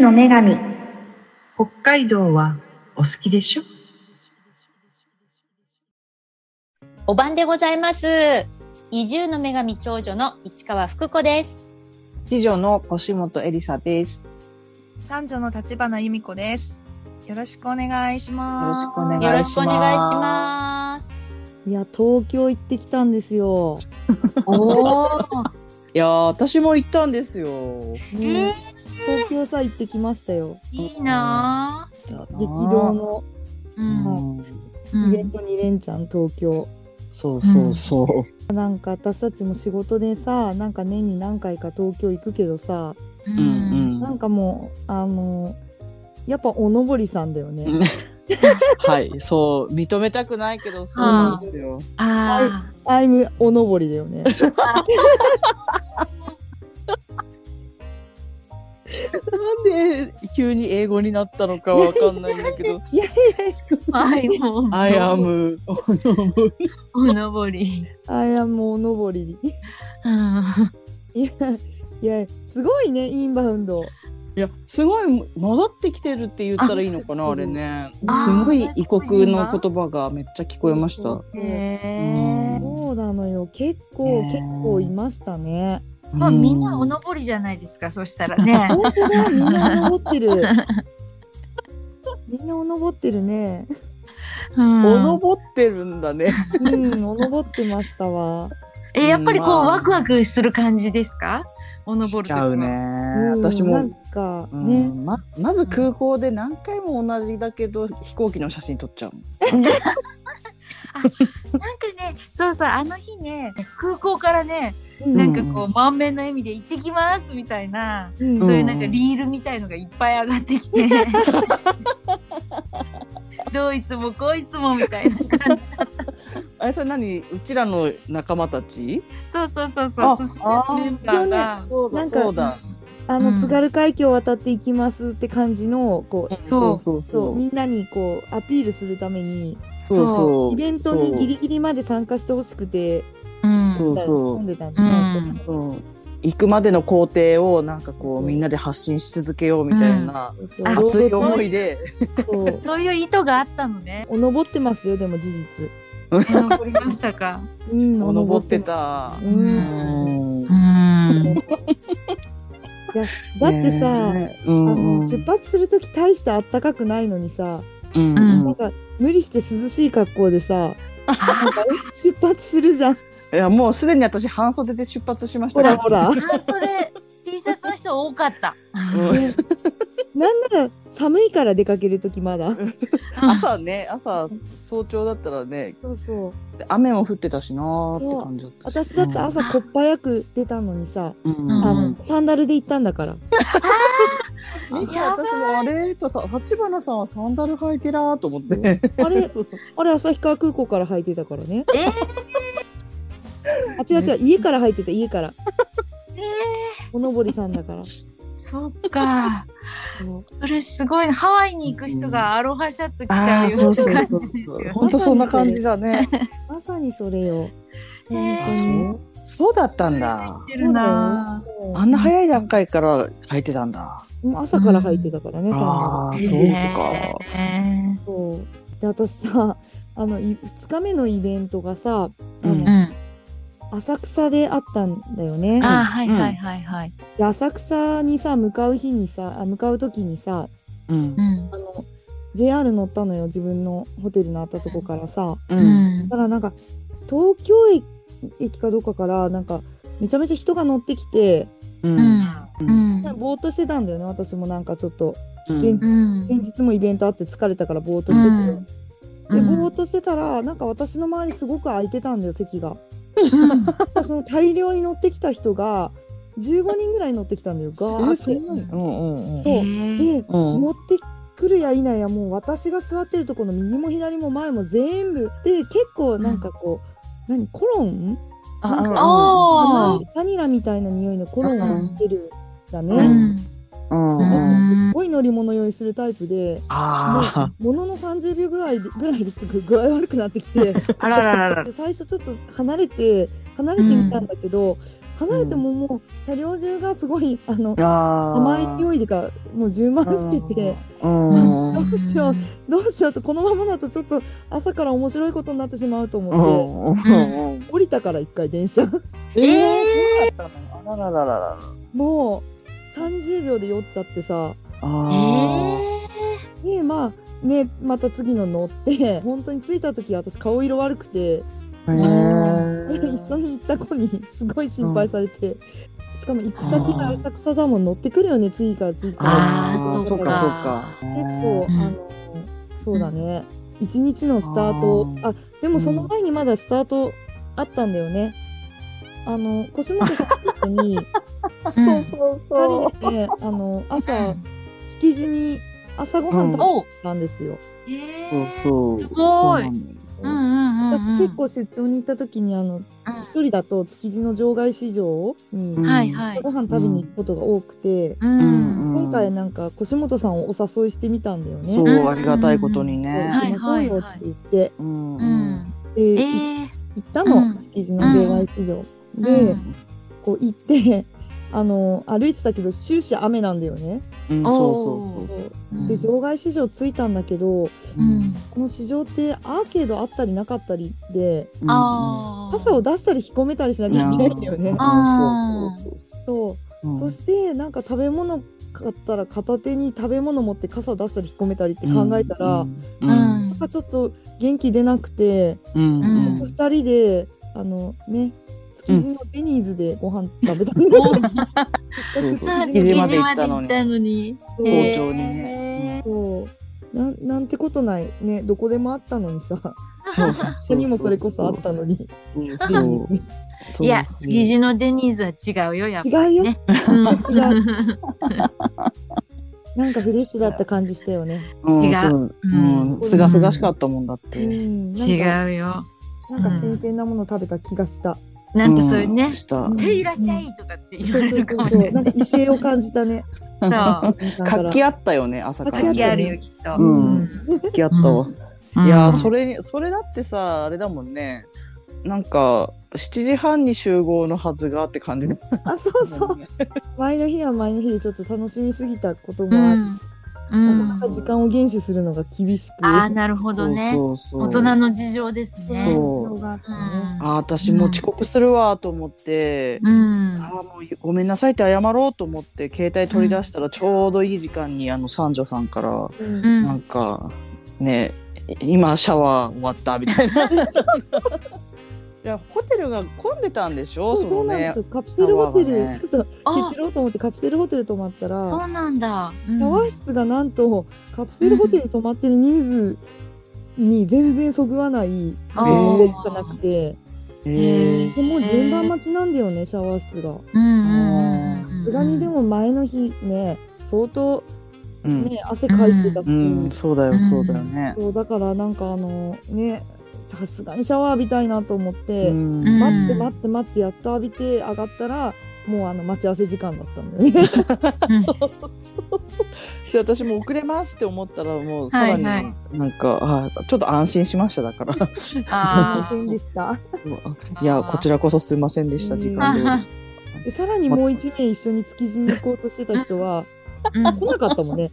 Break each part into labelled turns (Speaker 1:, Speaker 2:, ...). Speaker 1: の女神
Speaker 2: 北海道はお好きでしょ
Speaker 3: お晩でございます。移住の女神長女の市川福子です。
Speaker 4: 次女の腰本エリサです。よ
Speaker 5: 三女の立花由美子です。よろしくお願いし
Speaker 4: ろ
Speaker 5: ます。
Speaker 4: しくお願いします。
Speaker 3: よろしくお願いします。
Speaker 6: いや、東京行ってきたんですよ。
Speaker 3: おお。
Speaker 4: す。いやー、私も行ったんですよ。
Speaker 6: ね東京さ、行ってきましたよ。
Speaker 3: いいな
Speaker 6: 激動の
Speaker 3: ぁ。
Speaker 4: う
Speaker 3: う。
Speaker 4: んん。
Speaker 3: う
Speaker 6: イベン
Speaker 3: ん。
Speaker 6: ト2連チャン東京。
Speaker 4: そうそうそう。
Speaker 6: なんか私たちも仕事でさ、なんか年に何回か東京行くけどさ、
Speaker 3: う
Speaker 4: うん
Speaker 3: ん。
Speaker 4: う
Speaker 6: なん
Speaker 4: ん。
Speaker 6: かもう、あの、やっぱおのぼりさんだよね。
Speaker 4: はい、そう、認めたくないけど、そうなんですよ。
Speaker 3: あ
Speaker 6: アイムおのぼりだよね。
Speaker 4: なんで、急に英語になったのかわかんないんだけど、
Speaker 6: いやいやい
Speaker 3: あ。はい、もう。
Speaker 4: I am
Speaker 3: おのぼり。
Speaker 6: や、アイアムおのぼり。
Speaker 3: うん。
Speaker 6: いや、いや、すごいね、インバウンド。
Speaker 4: いや、すごい戻ってきてるって言ったらいいのかな、
Speaker 6: あ
Speaker 4: あれね。
Speaker 3: あ
Speaker 4: すごい異国の言葉がめっちゃ聞こえました。
Speaker 6: そううそう
Speaker 3: へー
Speaker 6: そうなのよ。結構、
Speaker 4: ね
Speaker 6: 結構いましたね。
Speaker 3: まあ、みんなおのぼりじゃないですか、そした らね。
Speaker 6: 本当だ、みんな登ってる。みんなお登ってるね。
Speaker 3: うん
Speaker 4: おのぼってるんだね。
Speaker 6: うん、お登ってましたわ。
Speaker 3: え、やっぱりこう、
Speaker 4: まあ
Speaker 3: ワクワクする感じですかおのぼ
Speaker 4: し
Speaker 3: る時
Speaker 4: ち
Speaker 3: は
Speaker 4: ゃうね。。
Speaker 6: うん
Speaker 4: 私も
Speaker 6: なんか
Speaker 4: うん
Speaker 6: ね、
Speaker 4: ままず空港で何回も同じだけど飛行機の写真撮っちゃう
Speaker 3: なんかね、そうそう、あの日ね、空港からね、
Speaker 6: うん
Speaker 3: なんかこう、満面の笑みで行ってきますみたいな、
Speaker 6: うん
Speaker 3: そういうなんかリールみたいのがいっぱい上がって きて、どういつもこいつもみたいな感じ。
Speaker 4: あれそれ何うちらの仲間たち
Speaker 3: そうそうそうそう、進
Speaker 4: あ
Speaker 3: めるメンバーが。
Speaker 4: そう
Speaker 6: だ
Speaker 4: だ
Speaker 6: そ
Speaker 4: そうう
Speaker 6: だ
Speaker 4: だ
Speaker 6: あ
Speaker 3: う
Speaker 6: の
Speaker 3: ん
Speaker 6: 津軽海峡を渡っていきますって感じのこう、
Speaker 3: そう
Speaker 4: そう
Speaker 6: そ
Speaker 4: そう
Speaker 6: みんなにこうアピールするために
Speaker 4: そうそう
Speaker 6: イベントにギリギリまで参加してほしくて、
Speaker 3: うん
Speaker 4: そう
Speaker 6: 飲んでたんだ
Speaker 3: う
Speaker 6: ね。
Speaker 3: ん
Speaker 4: そう行くまでの工程をなんかこうみんなで発信し続けようみたいな
Speaker 6: そうそう
Speaker 4: 熱い思いで
Speaker 6: そう
Speaker 3: そういう意図があったのね。
Speaker 6: お登ってますよでも事実。
Speaker 3: 登りましたか。
Speaker 6: うん、
Speaker 4: おのぼって
Speaker 6: ます。
Speaker 4: た
Speaker 6: う、
Speaker 3: う
Speaker 4: うん
Speaker 3: んん。
Speaker 6: いやだってさ。
Speaker 4: ねえう
Speaker 6: あ
Speaker 4: んう
Speaker 6: の
Speaker 4: ん
Speaker 6: 出発する時大してあったかくないのにさ、
Speaker 4: うん
Speaker 3: うん
Speaker 4: う
Speaker 6: なんんか無理して涼しい格好でさなんか出発するじゃん
Speaker 4: いやもうすでに私半袖で出発しまし
Speaker 6: ほ
Speaker 4: た
Speaker 6: らほら
Speaker 3: 半袖 T シャツの人多かった。
Speaker 4: うん
Speaker 6: なんなら寒いから出かける時まだ
Speaker 4: 朝ね朝早朝だったらね
Speaker 6: そうそう
Speaker 4: 雨も降ってたしなーって感じだったし
Speaker 6: 私だって朝こっぱやく出たのにさ、
Speaker 4: うん
Speaker 3: うん
Speaker 6: あのサンダルで行ったんだから
Speaker 4: 見て
Speaker 3: やばい
Speaker 4: 私もあれとさ立花さんはサンダル履いてらーと思って
Speaker 6: あれあれ旭川空港から履いてたからね
Speaker 3: えー
Speaker 6: あ違う違う家から履いてた家から
Speaker 3: え
Speaker 6: おのぼりさんだから
Speaker 3: ー、そっか。
Speaker 6: そう
Speaker 3: それすごいね。ハワイに行く人がアロハシャツ着ちゃうような感じ。
Speaker 4: 本当そんな感じだね
Speaker 6: まさにそれよ
Speaker 4: あ
Speaker 3: えー
Speaker 4: そうそうだったんだ
Speaker 3: 着てるな。
Speaker 6: も
Speaker 4: あんな早い段階から履いてたんだ
Speaker 6: うもう朝から履いてたからね、サンダル
Speaker 4: ああそうか
Speaker 3: え
Speaker 6: そうで私さあのい2日目のイベントがさ、あの
Speaker 4: うん
Speaker 3: ーうん。
Speaker 6: 浅草であったんだよね。
Speaker 3: あー、はいはいはいはい。
Speaker 6: で浅草にさ向かう日にさあ向かう時にさ
Speaker 4: うん
Speaker 3: うん。
Speaker 6: あの JR 乗ったのよ自分のホテルのあったとこからさ。
Speaker 4: う
Speaker 3: うんん
Speaker 6: だからなんか東京駅駅かどうかからなんかめちゃめちゃ人が乗ってきて
Speaker 4: う
Speaker 3: うんんうん
Speaker 6: なんかぼーっとしてたんだよね私もなんかちょっと
Speaker 4: うん
Speaker 3: うん
Speaker 6: 前日もイベントあって疲れたからぼーっとしてて。
Speaker 3: うん
Speaker 6: で
Speaker 3: うん
Speaker 6: ぼーっとしてたらなんか私の周りすごく空いてたんだよ席が。
Speaker 3: うん
Speaker 6: その大量に乗ってきた人が15人ぐらい乗ってきたんだよガーっ
Speaker 4: えー
Speaker 6: て
Speaker 4: そ。んなにうんうん
Speaker 6: そう
Speaker 3: へ
Speaker 6: で、
Speaker 4: うん
Speaker 6: 持ってくるや否やもう私が座ってるとこの右も左も前も全部で結構なんかこう、何コロンなんか
Speaker 3: あ
Speaker 6: 甘いバニラみたいな匂いのコロンがしてるんだね。
Speaker 4: う
Speaker 3: ーう
Speaker 4: んう
Speaker 3: ん
Speaker 4: ん
Speaker 6: 私
Speaker 4: うん
Speaker 6: たちすごい乗り物用意するタイプで
Speaker 4: ああ
Speaker 6: ものの30秒ぐらいでぐらいでちょっと具合悪くなってきて。
Speaker 3: あらららら。
Speaker 6: で最初ちょっと離れて離れてみたんだけど、離れてももう車両中がすごいあの
Speaker 4: あ
Speaker 6: 甘い
Speaker 4: い
Speaker 6: 匂いがもう充満してて
Speaker 4: うん
Speaker 6: どうしようどうしようとこのままだとちょっと朝から面白いことになってしまうと思って
Speaker 4: うん
Speaker 6: 降りたから一回電車
Speaker 4: ええそうだったのあららららら
Speaker 6: もう30秒で酔っちゃってさ
Speaker 4: あ
Speaker 6: でまあねまた次の乗って 本当に着いた時私顔色悪くて
Speaker 4: ーへえ
Speaker 6: 一緒に行った子にすごい心配されて。しかも行き先が浅草だもん乗ってくるよね次から次から
Speaker 7: あー
Speaker 4: そう
Speaker 7: そ
Speaker 4: かそう
Speaker 7: う
Speaker 4: か
Speaker 7: か
Speaker 6: 結構、
Speaker 7: うん
Speaker 6: あのそうだね一日のスタートあ
Speaker 4: あ
Speaker 6: でもその前にまだスタートあったんだよね、あの腰元さん に
Speaker 7: うん
Speaker 4: そうそうそ
Speaker 6: 2
Speaker 4: う
Speaker 6: 人であの
Speaker 7: う
Speaker 6: 朝
Speaker 7: ん
Speaker 6: 築地に朝ごはん食べ
Speaker 7: おう
Speaker 6: たんですよ、
Speaker 7: へ
Speaker 4: そう
Speaker 7: ー
Speaker 4: そう
Speaker 7: すごい
Speaker 4: そうなのよ
Speaker 7: うんうんうんうん
Speaker 6: 私結構出張に行った時にあの一人だと築地の場外市場に
Speaker 4: うん
Speaker 7: はいはい
Speaker 6: 朝ごはん食べに行くことが多くて、
Speaker 7: うんうん
Speaker 4: うん
Speaker 6: 今回なんか腰元さんをお誘いしてみたんだよね。
Speaker 4: そううんありがたいことに
Speaker 6: 行
Speaker 4: ね
Speaker 7: は
Speaker 6: き
Speaker 7: い
Speaker 6: ましょうよって言って、
Speaker 4: うん
Speaker 7: う
Speaker 4: うん
Speaker 7: ん
Speaker 6: で
Speaker 7: えー
Speaker 6: 行っ行ったの、
Speaker 7: うん
Speaker 6: 築地の場外市場、で、
Speaker 7: うん
Speaker 6: こう行って あの歩いてたけど終始雨なんだよね、
Speaker 4: うんそうそうそうそう
Speaker 7: うん
Speaker 6: で場外市場着いたんだけど
Speaker 7: うん
Speaker 6: この市場ってアーケードあったりなかったりで
Speaker 7: あー
Speaker 6: 傘を出したり引っ込めたりしなきゃいけないんだよね
Speaker 4: う。んそう
Speaker 6: そ
Speaker 4: そう
Speaker 6: う
Speaker 4: そう
Speaker 6: そ
Speaker 4: ん
Speaker 6: してなんか食べ物買ったら片手に食べ物持って傘出したり引っ込めたりって考えたら、
Speaker 4: う
Speaker 7: うんん
Speaker 6: なんかちょっと元気出なくて、
Speaker 4: うんうん
Speaker 7: う
Speaker 6: 二人であのね築地のデニーズでご飯食べたんだよね
Speaker 4: そうそう
Speaker 7: あ
Speaker 4: 築地まで行ったの
Speaker 7: 築地まで行っ
Speaker 4: に
Speaker 7: たのに
Speaker 6: そう
Speaker 4: 包
Speaker 7: へー
Speaker 4: 丁にね
Speaker 6: そうなんなんてことないねどこでもあったのにさ
Speaker 4: そう
Speaker 6: 他にもそれこそあったのに
Speaker 4: そう そうそう
Speaker 7: いや
Speaker 4: そ
Speaker 7: 築
Speaker 4: う
Speaker 7: 地のデニーズは違うよやっぱりね
Speaker 6: 違うよ
Speaker 7: うん
Speaker 6: なんかフレッシュだった感じしたよね。
Speaker 4: うん
Speaker 7: 違う
Speaker 4: そうう
Speaker 7: うん
Speaker 4: すがすがしかったもんだっ
Speaker 6: う
Speaker 4: て
Speaker 6: ん、なんか
Speaker 7: 違うよ
Speaker 6: なんか新鮮なもの食べた気がした。
Speaker 7: なんかそういうね
Speaker 4: んした
Speaker 6: うん
Speaker 7: へいいらっしゃいとかって言わ
Speaker 6: そう
Speaker 7: れ
Speaker 6: そう
Speaker 7: るか
Speaker 6: そう
Speaker 7: もし
Speaker 6: そう
Speaker 7: れ
Speaker 6: な
Speaker 7: なんい
Speaker 6: か異性を感じたね。
Speaker 7: そう
Speaker 4: 活気
Speaker 6: あ
Speaker 4: あったよね朝から
Speaker 7: 活
Speaker 6: 活
Speaker 7: 気
Speaker 6: 気
Speaker 7: あ
Speaker 6: あ
Speaker 7: る
Speaker 6: る
Speaker 7: よ
Speaker 6: よ
Speaker 7: きっと
Speaker 4: うん活気あったわいやーそ
Speaker 7: れ
Speaker 4: れにそれだってさあれだもんねなんか7時半に集合のはずがって感じだ
Speaker 6: そうそ
Speaker 4: もん
Speaker 6: う。
Speaker 4: ね
Speaker 6: 前の日は前の日でちょっと楽しみすぎたこと
Speaker 7: う
Speaker 6: もあって、
Speaker 7: んうん
Speaker 6: なかなか時間を厳守するのが厳しく。
Speaker 7: ああなるほどね
Speaker 4: そうそう
Speaker 7: 大
Speaker 4: そう
Speaker 7: 人の事情ですね
Speaker 4: そう
Speaker 6: うがあって
Speaker 7: う
Speaker 6: ね。
Speaker 4: あー私もう遅刻するわと思って、
Speaker 7: ん
Speaker 4: あーもうごめんなさいって謝ろうと思って携帯取り出したらちょうどいい時間にあの三女さんから
Speaker 6: うん
Speaker 7: うん
Speaker 4: なんかね今シャワー終わったみたいな。いやホテルが混んでたんでしょ
Speaker 6: そうそう
Speaker 4: の
Speaker 6: なん
Speaker 4: ね
Speaker 6: ですよ。カプセルホテル、
Speaker 4: シャワーがね
Speaker 6: ちょっと
Speaker 7: あ
Speaker 6: 切ろうと思ってカプセルホテル泊まったら、
Speaker 7: そうなんだうん
Speaker 6: シャワー室がなんとカプセルホテルに泊まってる人数に全然そぐわない人
Speaker 7: あ
Speaker 4: ー
Speaker 6: 数しかなくて、
Speaker 4: へー
Speaker 6: でもう順番待ちなんだよねシャワー室が。
Speaker 7: うんうんうんうんうん
Speaker 6: さすがにでも前の日ね相当
Speaker 4: うん
Speaker 6: ね、汗かいてたし、
Speaker 4: うん、そうだ
Speaker 7: うん
Speaker 4: よ、そうだよね。
Speaker 6: そうだからなんかあのねさすがにシャワー浴びたいなと思って、
Speaker 4: うん
Speaker 7: うん
Speaker 6: 待って待って待ってやっと浴びて上がったらもうあの待ち合わせ時間だったんだよね。
Speaker 4: そうそうそうして私も遅れますって思ったらもうさらに
Speaker 7: は
Speaker 4: ない
Speaker 7: は
Speaker 4: んか、あちょっと安心しましただから
Speaker 7: あ
Speaker 6: すいませんでした。
Speaker 4: いやこちらこそすいませんでした時間で
Speaker 6: でさらにもう一名一緒に築地に行こうとしてた人は
Speaker 7: ーうん
Speaker 6: 来なかったもんね。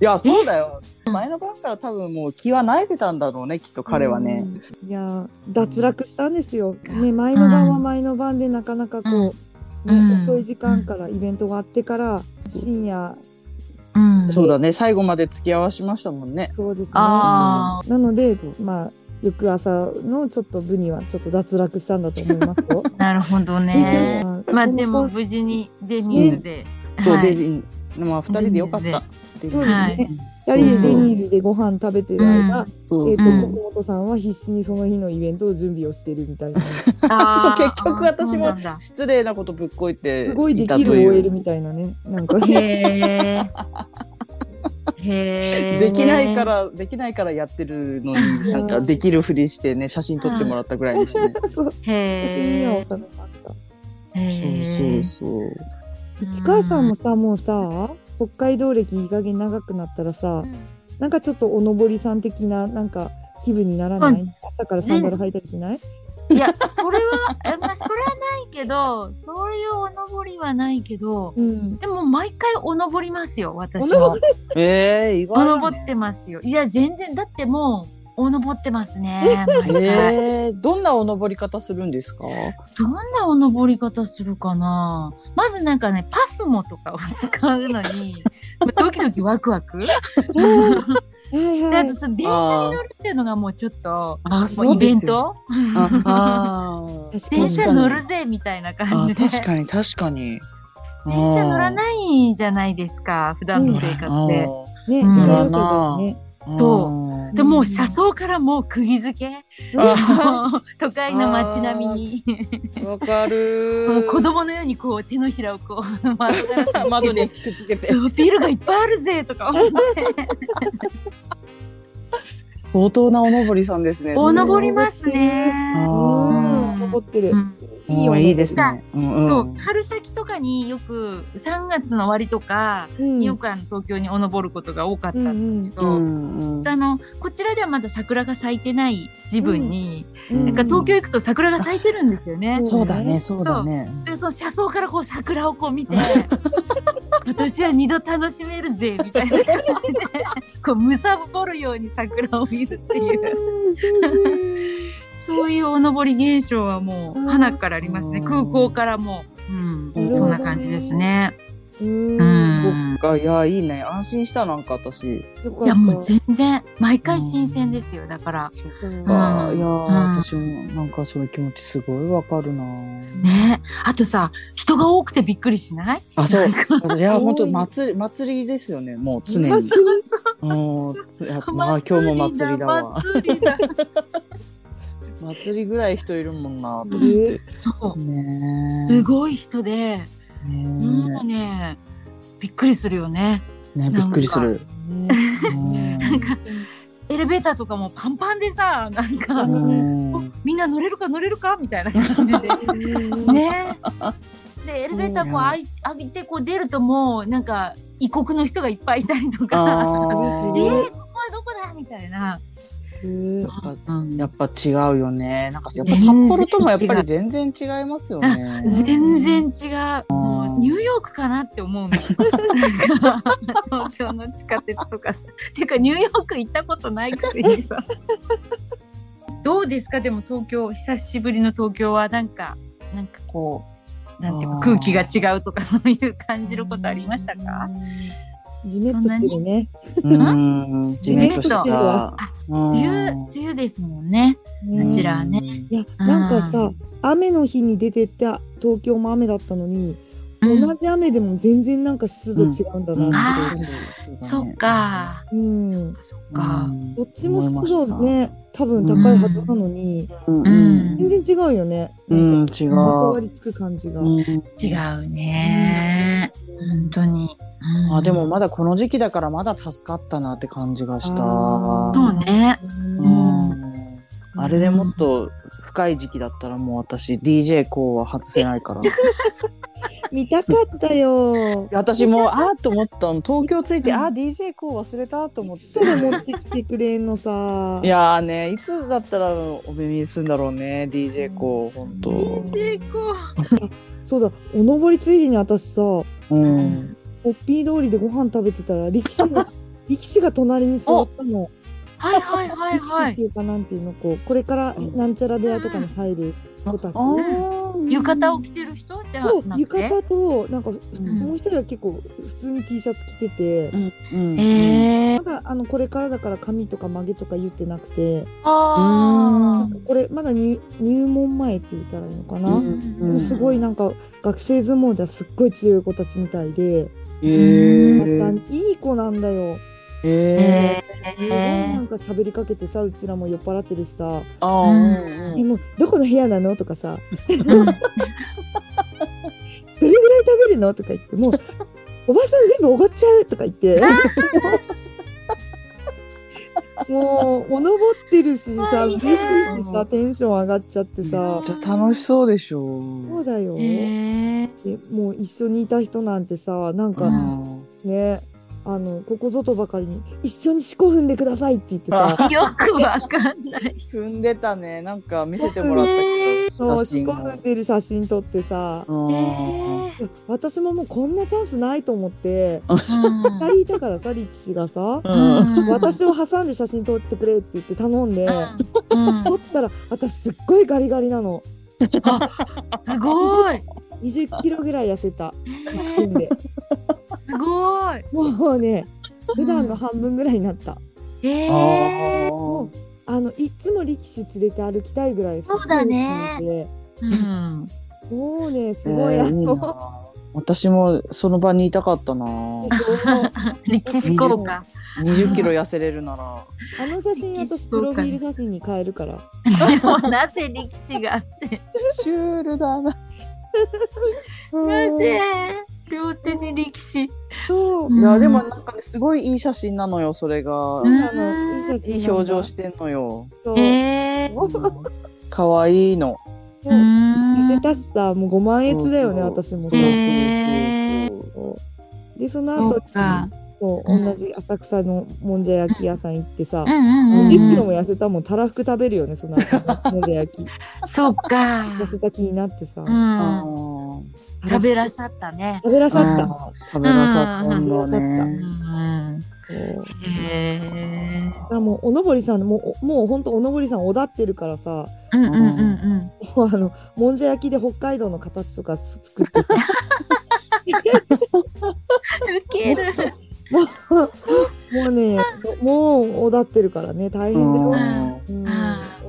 Speaker 4: いやそうだよ前の晩から多分もう気は慣れてたんだろうねきっと 彼はね、
Speaker 6: うん。いやー脱落したんですよ。ね前の晩は前の晩でなかなかこう、
Speaker 7: うんうん
Speaker 6: ね、遅い時間からイベントがあってから深夜
Speaker 7: うん
Speaker 4: そうだね最後まで付き合わしましたもんね
Speaker 6: そうですね。
Speaker 7: あ
Speaker 6: なので
Speaker 4: そう
Speaker 6: まあ翌朝のちょっと部にはちょっと脱落したんだと思いますよ。
Speaker 7: なるほどね。
Speaker 6: はい
Speaker 7: まあでも無事にデニーズで。
Speaker 4: そう、
Speaker 7: はい
Speaker 4: デジンまあ2人でよかった
Speaker 6: そうですね。
Speaker 4: デ
Speaker 6: 二
Speaker 4: ジ
Speaker 6: 人でデ
Speaker 4: ンそう
Speaker 6: ニーズでご飯食べてる間、
Speaker 4: そう
Speaker 6: えっ、
Speaker 4: そう
Speaker 7: うん
Speaker 6: と小本さんは必死にその日のイベントを準備をしてるみたいな。
Speaker 7: あー
Speaker 4: そう結局私も
Speaker 7: あーそうなんだ
Speaker 4: 失礼なことぶっこいて
Speaker 6: すごいで
Speaker 4: いた
Speaker 6: き
Speaker 4: と
Speaker 6: る
Speaker 4: いう
Speaker 6: OL みたいなね。なんかね。
Speaker 7: へえ。へえ。
Speaker 4: できないか。らできないからやってるのになんかできるふりしてね写真撮ってもらったぐらいでしたね。
Speaker 6: そう。私に
Speaker 7: へ
Speaker 6: は
Speaker 7: え。
Speaker 6: 収めました。
Speaker 7: へー
Speaker 4: そう
Speaker 6: 市川さんもさ、もうさ、北海道歴いい加減長くなったらさ
Speaker 7: う、ん
Speaker 6: なんかちょっとおのぼりさん的な、なんか気分にならない、
Speaker 7: う
Speaker 6: 朝からサンダル履いたりしない
Speaker 3: いや、それは、えまあ、それはないけど、そういうお登りはないけど、
Speaker 6: うん。
Speaker 3: でも毎回お登りますよ、私
Speaker 6: お
Speaker 3: は
Speaker 6: 登。
Speaker 4: ええ意
Speaker 3: お
Speaker 4: 外だね
Speaker 3: 登ってますよ。いや、全然、だってもう、お登ってますね。毎回。
Speaker 4: ええどんなお登り方するんですか。
Speaker 3: どんなお登り方するかなまずなんかね、パスモとかを使うのに、 ドキドキワクワク。で、
Speaker 6: はいは
Speaker 3: あ
Speaker 6: い
Speaker 3: と。その電車に乗るっていうのがもうちょっと、
Speaker 4: あ
Speaker 3: もうイベン。ト
Speaker 4: ああ。
Speaker 6: 確かに
Speaker 3: 電車乗るぜみたいな 感
Speaker 4: あ
Speaker 3: じで。
Speaker 4: 確かに確かに。
Speaker 3: 電車乗ら
Speaker 4: い
Speaker 3: ないじゃないですか、普段の生活で。
Speaker 6: ね、
Speaker 3: うん
Speaker 6: 自家用車だね。
Speaker 3: そ
Speaker 4: うん。
Speaker 3: でもう車窓からもう釘付け。もう 都会の街並みに。
Speaker 4: わかる。
Speaker 3: もう子供のようにこう手のひらをこう窓 ガラスにつけて
Speaker 4: 窓にくっつけて。
Speaker 3: ビールがいっぱいあるぜとか思って。
Speaker 4: 相当なお登りさんですね。
Speaker 3: お登ります
Speaker 4: あ
Speaker 3: ね。
Speaker 6: うん。登ってる
Speaker 3: う。ん
Speaker 6: いいよ
Speaker 4: いいですね。んん
Speaker 3: そう春先とかによく3月の終わりとか
Speaker 6: うん
Speaker 3: によくあの東京にお登ることが多かったんですけ
Speaker 4: う
Speaker 3: ど、
Speaker 4: んうん
Speaker 3: あのこちらではまだ桜が咲いてない自分に、
Speaker 6: うん
Speaker 3: なんか東京行くと桜が咲いてるんですよね。
Speaker 4: そうだね、そうだね。
Speaker 3: でその車窓からこう桜をこう見て今年は二度楽しめるぜみたいな感じで こうむさぼるように桜を見るっていう。そういうお登り現象はもう
Speaker 6: うん
Speaker 3: 花からありますね。
Speaker 4: うん
Speaker 3: 空港からもう、うん
Speaker 4: うん
Speaker 3: そんな感じですね。
Speaker 6: う。
Speaker 3: うんん。
Speaker 4: あ、いや、いいね。安心した、なんか私。
Speaker 6: よ
Speaker 3: い
Speaker 6: か
Speaker 3: やもう
Speaker 6: った。
Speaker 3: 全然毎回新鮮ですよ。だから
Speaker 4: そっ
Speaker 6: うん
Speaker 4: か。
Speaker 3: うん
Speaker 4: いやー、
Speaker 3: うん
Speaker 4: 私もなんかそういう気持ちすごいわかるな。
Speaker 3: ね。あとさ人が多くてびっくりしない？
Speaker 4: あ、そう。いや、
Speaker 6: 多い
Speaker 4: 本当祭り、祭りですよね。もう常に。
Speaker 6: 祭り
Speaker 4: うん。いや まあ、今日も祭りだわ。
Speaker 3: 祭 りだ。
Speaker 4: 祭りぐらい人いるもんな。
Speaker 3: う
Speaker 4: と
Speaker 3: ん
Speaker 6: え
Speaker 3: そう。
Speaker 4: ねえ
Speaker 3: すごい人で、も
Speaker 4: ね
Speaker 3: うねびっくりするよね。
Speaker 4: えねえびっくりす
Speaker 6: ね
Speaker 4: る。うん
Speaker 3: エレベーターとかもパンパンでさなんか、
Speaker 6: うん
Speaker 4: うん
Speaker 3: みんな乗れるか乗れるかみたいな感じで。ね。でエレベーターこうあい開いてこう出るともうなんか異国の人がいっぱいいたりとか「え
Speaker 4: あ
Speaker 3: ー、ここはどこだ?」みたいな。
Speaker 6: うん
Speaker 4: あ。やっぱ違うよね。なんかやっぱ札幌ともやっぱり全然違いますよね。
Speaker 3: 全然違う。もうニューヨークかなって思うの。なんか東京の地下鉄とかさ。ていうかニューヨーク行ったことないくせにさ。どうですかでも東京久しぶりの東京はなんかなんかこうなんてい
Speaker 4: あ
Speaker 3: うか
Speaker 4: ー
Speaker 3: 空気が違うとかそういう感じることありましたか？
Speaker 6: じめっとしてるね。
Speaker 4: うん。じめっとした。うん
Speaker 3: 梅雨梅雨ですもんね。
Speaker 6: ね
Speaker 3: こちらはね。
Speaker 6: いや、なんか
Speaker 3: う
Speaker 6: さ、雨の日に出てった東京も雨だったのに、
Speaker 3: うん
Speaker 6: 同じ雨でも全然なんか湿度違うんだ
Speaker 4: うん
Speaker 6: なって。
Speaker 3: そっ。か。
Speaker 6: うん。
Speaker 3: そっ
Speaker 4: そうだ
Speaker 3: か。
Speaker 4: ね
Speaker 6: どっちも湿度。ね、多分高いはずなのに、
Speaker 4: うん。
Speaker 3: うん
Speaker 6: 全然違うよね。
Speaker 4: うん、違
Speaker 6: まとわ
Speaker 4: う。
Speaker 6: りつく感じが。
Speaker 3: 違うね。本当に。うん
Speaker 4: あでもまだこの時期だからまだ助かったなって感じがした。
Speaker 6: あー
Speaker 3: そうね。
Speaker 4: う
Speaker 6: うん
Speaker 4: んあれでもっと深い時期だったらもう私 DJ こうは外せないから。
Speaker 6: 見たかったよ。
Speaker 4: 私もうああと思ったの東京着いてああ DJ こう忘れたと思って
Speaker 6: そ。れ持ってきてくれんのさ。
Speaker 4: いやーねいつだったらお目にするんだろうね DJ こう本当。
Speaker 3: 成功。
Speaker 6: そうだ、おのぼりついでに私さ、ホ
Speaker 4: うん。
Speaker 6: ッピー通りでご飯食べてたら、力士 が、力士が隣に座ったの。
Speaker 3: はいはいはい
Speaker 6: 力士
Speaker 3: は
Speaker 6: って
Speaker 3: い。
Speaker 6: いうか、なんていうの、こう、これから
Speaker 4: うん
Speaker 6: なんちゃら部屋とかに入る子たち。
Speaker 4: あー
Speaker 3: 浴衣を着てる人じゃ
Speaker 6: と
Speaker 3: なく
Speaker 6: 浴
Speaker 3: て。
Speaker 6: 衣と、なんか、
Speaker 4: ん
Speaker 6: もう一人は結構普通に T シャツ着てて、
Speaker 4: うん。
Speaker 3: ええ
Speaker 6: まだあのこれからだから髪とか曲げとか言ってなくて、
Speaker 3: ああ。
Speaker 6: これまだに入門前って言ったらいいのかな、
Speaker 4: うん
Speaker 6: でもすごい
Speaker 3: な。
Speaker 6: なんか学生相撲ではすっごい強い子たちみたいで、
Speaker 4: え
Speaker 6: また
Speaker 4: ー
Speaker 6: いい子なんだよ。
Speaker 4: えー。
Speaker 3: え
Speaker 6: すごいな
Speaker 3: え。
Speaker 6: んか喋りかけてさうちらも酔っ払ってるしさ
Speaker 4: あーうん
Speaker 6: 「
Speaker 4: う
Speaker 6: え
Speaker 4: ん
Speaker 6: もうどこの部屋なの?」とかさ
Speaker 3: うん
Speaker 6: 「どれぐらい食べるの?」とか言って「も うおばさん全部おごっちゃう」とか言って。 もうお登ってるしさ
Speaker 3: 大
Speaker 6: 嬉しい
Speaker 3: 変
Speaker 6: しさテンション上がっちゃってさ
Speaker 4: めっちゃ楽しそうでしょ
Speaker 6: そうだよ、
Speaker 3: ええ。
Speaker 6: でもう一緒にいた人なんてさなん
Speaker 4: う
Speaker 6: か
Speaker 4: ん
Speaker 6: ね、あのここぞとばかりに「一緒に四股踏んでください」って言ってさ
Speaker 3: よくわかんない。
Speaker 4: 踏んでたねなんか見せてもらったけど、
Speaker 3: ね
Speaker 6: そう
Speaker 4: 写
Speaker 6: 仕
Speaker 4: 真を
Speaker 6: 込んでる写真撮ってさ
Speaker 4: うん
Speaker 6: いや私ももうこんなチャンスないと思って2人いたからさ力士がさ
Speaker 4: うん
Speaker 6: 私を挟んで写真撮ってくれって言って頼んで
Speaker 3: うん
Speaker 6: 撮ったら私すっごいガリガリなの
Speaker 3: すごい。
Speaker 6: 20キロぐらい痩せた一瞬で
Speaker 3: すごい。
Speaker 6: もうね普段の半分ぐらいになった
Speaker 3: え
Speaker 4: あ
Speaker 3: ー、
Speaker 4: ー
Speaker 6: あのいつも力士連れて歩きたいぐらいすごい
Speaker 3: そうだね
Speaker 6: 人で
Speaker 3: うん。
Speaker 6: もうねす
Speaker 4: え
Speaker 6: ごいあ
Speaker 4: ーいい
Speaker 6: の
Speaker 4: な私もその場にいたかったな
Speaker 3: 力士効果。
Speaker 4: 20キロ痩せれるなら
Speaker 6: あの写真私プロフィール写真に変えるから
Speaker 3: なぜ力士があって。
Speaker 4: シュールだな
Speaker 3: なぜ両手に力士。
Speaker 6: そう
Speaker 3: うん
Speaker 4: いやでもなんかねすごいいい写真なのよそれが
Speaker 3: うん
Speaker 6: あのいい写真
Speaker 4: いい表情してんのよ
Speaker 6: そう
Speaker 3: えー。
Speaker 4: かわいいの
Speaker 3: うー
Speaker 6: 下
Speaker 3: ん
Speaker 6: 手しさもうご満悦だよね
Speaker 4: そう
Speaker 6: 私
Speaker 4: そう
Speaker 6: も
Speaker 4: そうそうそう
Speaker 6: そうでその
Speaker 3: そ
Speaker 6: 後
Speaker 3: うか。
Speaker 6: そう
Speaker 3: うん
Speaker 6: 同じ浅草のもんじゃ焼き屋さん行ってさ
Speaker 3: うんうん
Speaker 6: 1 0キ
Speaker 3: う
Speaker 6: ロ
Speaker 3: ん。
Speaker 6: も痩せたもんたらふく食べるよねその後ねもんじゃ焼き
Speaker 3: そうか。
Speaker 6: 痩せた気になってさ
Speaker 3: う
Speaker 6: た
Speaker 3: ん。
Speaker 6: ら
Speaker 3: 食
Speaker 6: ふく
Speaker 3: べらさったね。
Speaker 6: 食べら
Speaker 4: あ
Speaker 6: さっ
Speaker 4: ー
Speaker 6: た
Speaker 4: 食べなさったんだ
Speaker 3: う
Speaker 4: ね
Speaker 3: ん。
Speaker 6: そう
Speaker 3: へえ。
Speaker 6: だからもうおのぼりさんもうもうほんとおのぼりさんおだってるからさ
Speaker 3: うんうんうんうん。
Speaker 6: もうあのもんじゃ焼きで北海道の形とか作ってさ
Speaker 3: ウケる。
Speaker 6: もうね もうおだってるからね大変だよ
Speaker 4: うん
Speaker 6: うん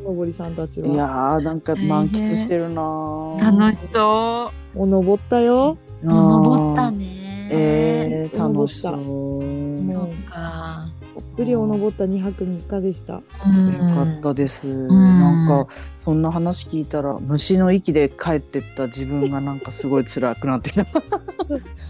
Speaker 6: おのぼりさんたち
Speaker 4: いや
Speaker 6: は。
Speaker 4: ーなんか満喫してるなー
Speaker 3: 楽しそ
Speaker 6: お登ったよ。
Speaker 3: う。登ったね。
Speaker 4: えー、
Speaker 6: 登
Speaker 4: 楽
Speaker 6: っ
Speaker 4: したそう
Speaker 3: そ
Speaker 6: もう
Speaker 3: うか。
Speaker 6: たっぷりお登った2泊3日でした。
Speaker 3: うん
Speaker 4: よかったです、
Speaker 3: ん
Speaker 4: なんかそんな話聞いたら虫の息で帰ってった自分がなんかすごい辛くなってきた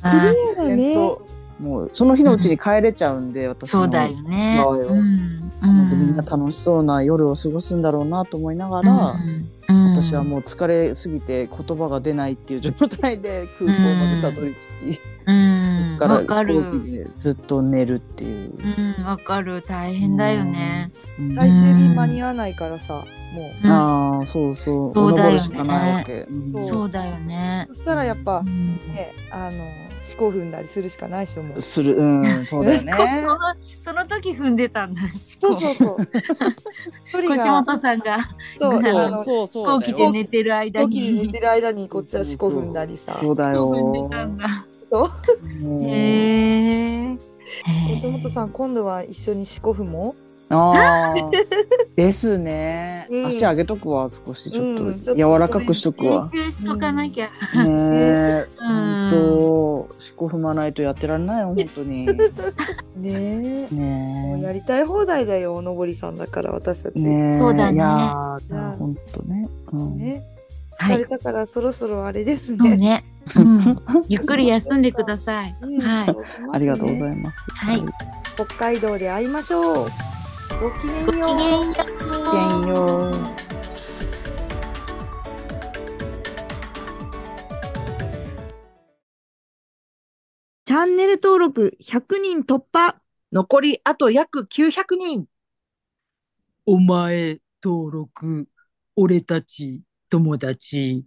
Speaker 3: あー
Speaker 6: そうだね。
Speaker 4: 本当もうその日のうちに帰れちゃうんで、私の
Speaker 3: そうだよね。
Speaker 4: 場合は
Speaker 3: うん。
Speaker 4: なのでみんな楽しそうな夜を過ごすんだろうなと思いながら、
Speaker 3: うんうん
Speaker 4: 私はもう疲れすぎて言葉が出ないっていう状態で空港までたどり着き、
Speaker 3: うん。
Speaker 4: そ
Speaker 3: わ
Speaker 4: っ
Speaker 3: か
Speaker 4: から飛
Speaker 3: る。
Speaker 4: 行機でずっと寝るっていう。
Speaker 3: うん、わかる。大変だよね。
Speaker 4: うん
Speaker 3: はい
Speaker 5: 最終に間に合わないからさ、もう。
Speaker 3: うん
Speaker 4: ああそうそう
Speaker 3: そうだ
Speaker 4: 登
Speaker 3: よね
Speaker 4: るしかないわけ、うん
Speaker 5: そう
Speaker 3: そうだよね。
Speaker 5: そしたらやっぱ
Speaker 3: う、ん
Speaker 5: ね、あの、思考踏んだりするしかないし、もう。
Speaker 4: するうんそうだよね
Speaker 3: そのその時踏んでたんだ。
Speaker 5: そうそうそう。一人
Speaker 3: 腰
Speaker 5: が、
Speaker 3: 本さんが
Speaker 5: そう、あの、
Speaker 4: そうそう
Speaker 3: 飛
Speaker 4: そうだ
Speaker 3: 行機
Speaker 4: よ
Speaker 3: で寝てる間
Speaker 5: 飛行機で寝
Speaker 3: に
Speaker 5: てる間にこっちは思考踏んだりさ。
Speaker 4: そうだ
Speaker 3: 踏ん
Speaker 4: よ
Speaker 3: でたんだ。
Speaker 4: もう
Speaker 3: へえ。
Speaker 5: 吉本さん、今度は一緒に思考踏も
Speaker 4: ああ ですね、
Speaker 5: うん
Speaker 4: 足上げとくわ少しちょ
Speaker 5: う
Speaker 4: っ
Speaker 5: んちょ
Speaker 4: と
Speaker 5: っと
Speaker 4: 柔らかくしとく
Speaker 3: 練
Speaker 4: わ、
Speaker 3: 習しとかなきゃ。
Speaker 4: ねえ
Speaker 3: うん
Speaker 4: 本当しこ踏まないとやってられないよ本当に
Speaker 5: ねえ。もうや
Speaker 4: ね
Speaker 5: りたい放題だよ、おのぼりさんだから、私たち。
Speaker 4: えねえ
Speaker 3: そうだね
Speaker 4: いや
Speaker 5: じゃあ
Speaker 4: 本当ね、うん、
Speaker 5: ね。
Speaker 3: は
Speaker 5: 疲
Speaker 3: い
Speaker 5: れたから、そろそろあれです
Speaker 3: そう
Speaker 5: ね。
Speaker 3: ね。うんゆっくり休んでください。
Speaker 5: うん
Speaker 3: はい
Speaker 5: そうしますね
Speaker 4: ありがとうございます
Speaker 3: はい。
Speaker 5: 北海道で会いましょう。ごきげんよう。
Speaker 3: ごきげんよ
Speaker 4: ごきげんよう
Speaker 5: チャンネル登録100人突破
Speaker 2: 残りあと約900人。
Speaker 8: お前登録、俺たち友達。